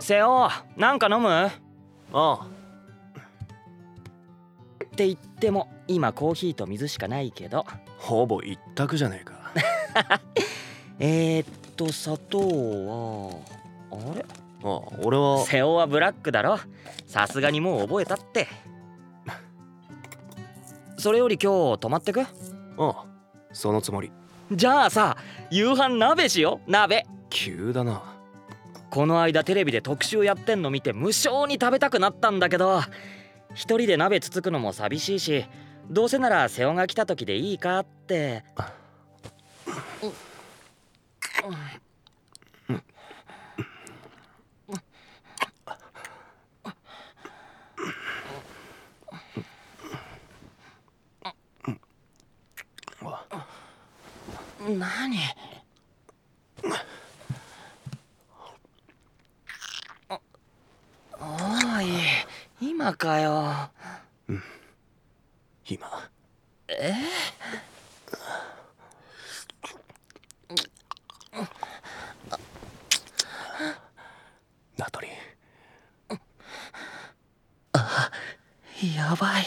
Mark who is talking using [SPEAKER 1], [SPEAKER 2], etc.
[SPEAKER 1] 瀬尾なんか飲むっ
[SPEAKER 2] あ
[SPEAKER 1] て言っても今コーヒーと水しかないけど
[SPEAKER 2] あほぼ一択じゃねえか
[SPEAKER 1] えー、っと砂糖はあれ
[SPEAKER 2] ああ俺は
[SPEAKER 1] 瀬尾はブラックだろさすがにもう覚えたってそれより今日泊まってく
[SPEAKER 2] ああそのつもり
[SPEAKER 1] じゃあさ夕飯鍋しよう鍋
[SPEAKER 2] 急だな
[SPEAKER 1] この間テレビで特集やってんの見て無性に食べたくなったんだけど一人で鍋つつくのも寂しいしどうせなら瀬尾が来た時でいいかって何おい今かよ
[SPEAKER 2] 今えナトリ
[SPEAKER 1] やばい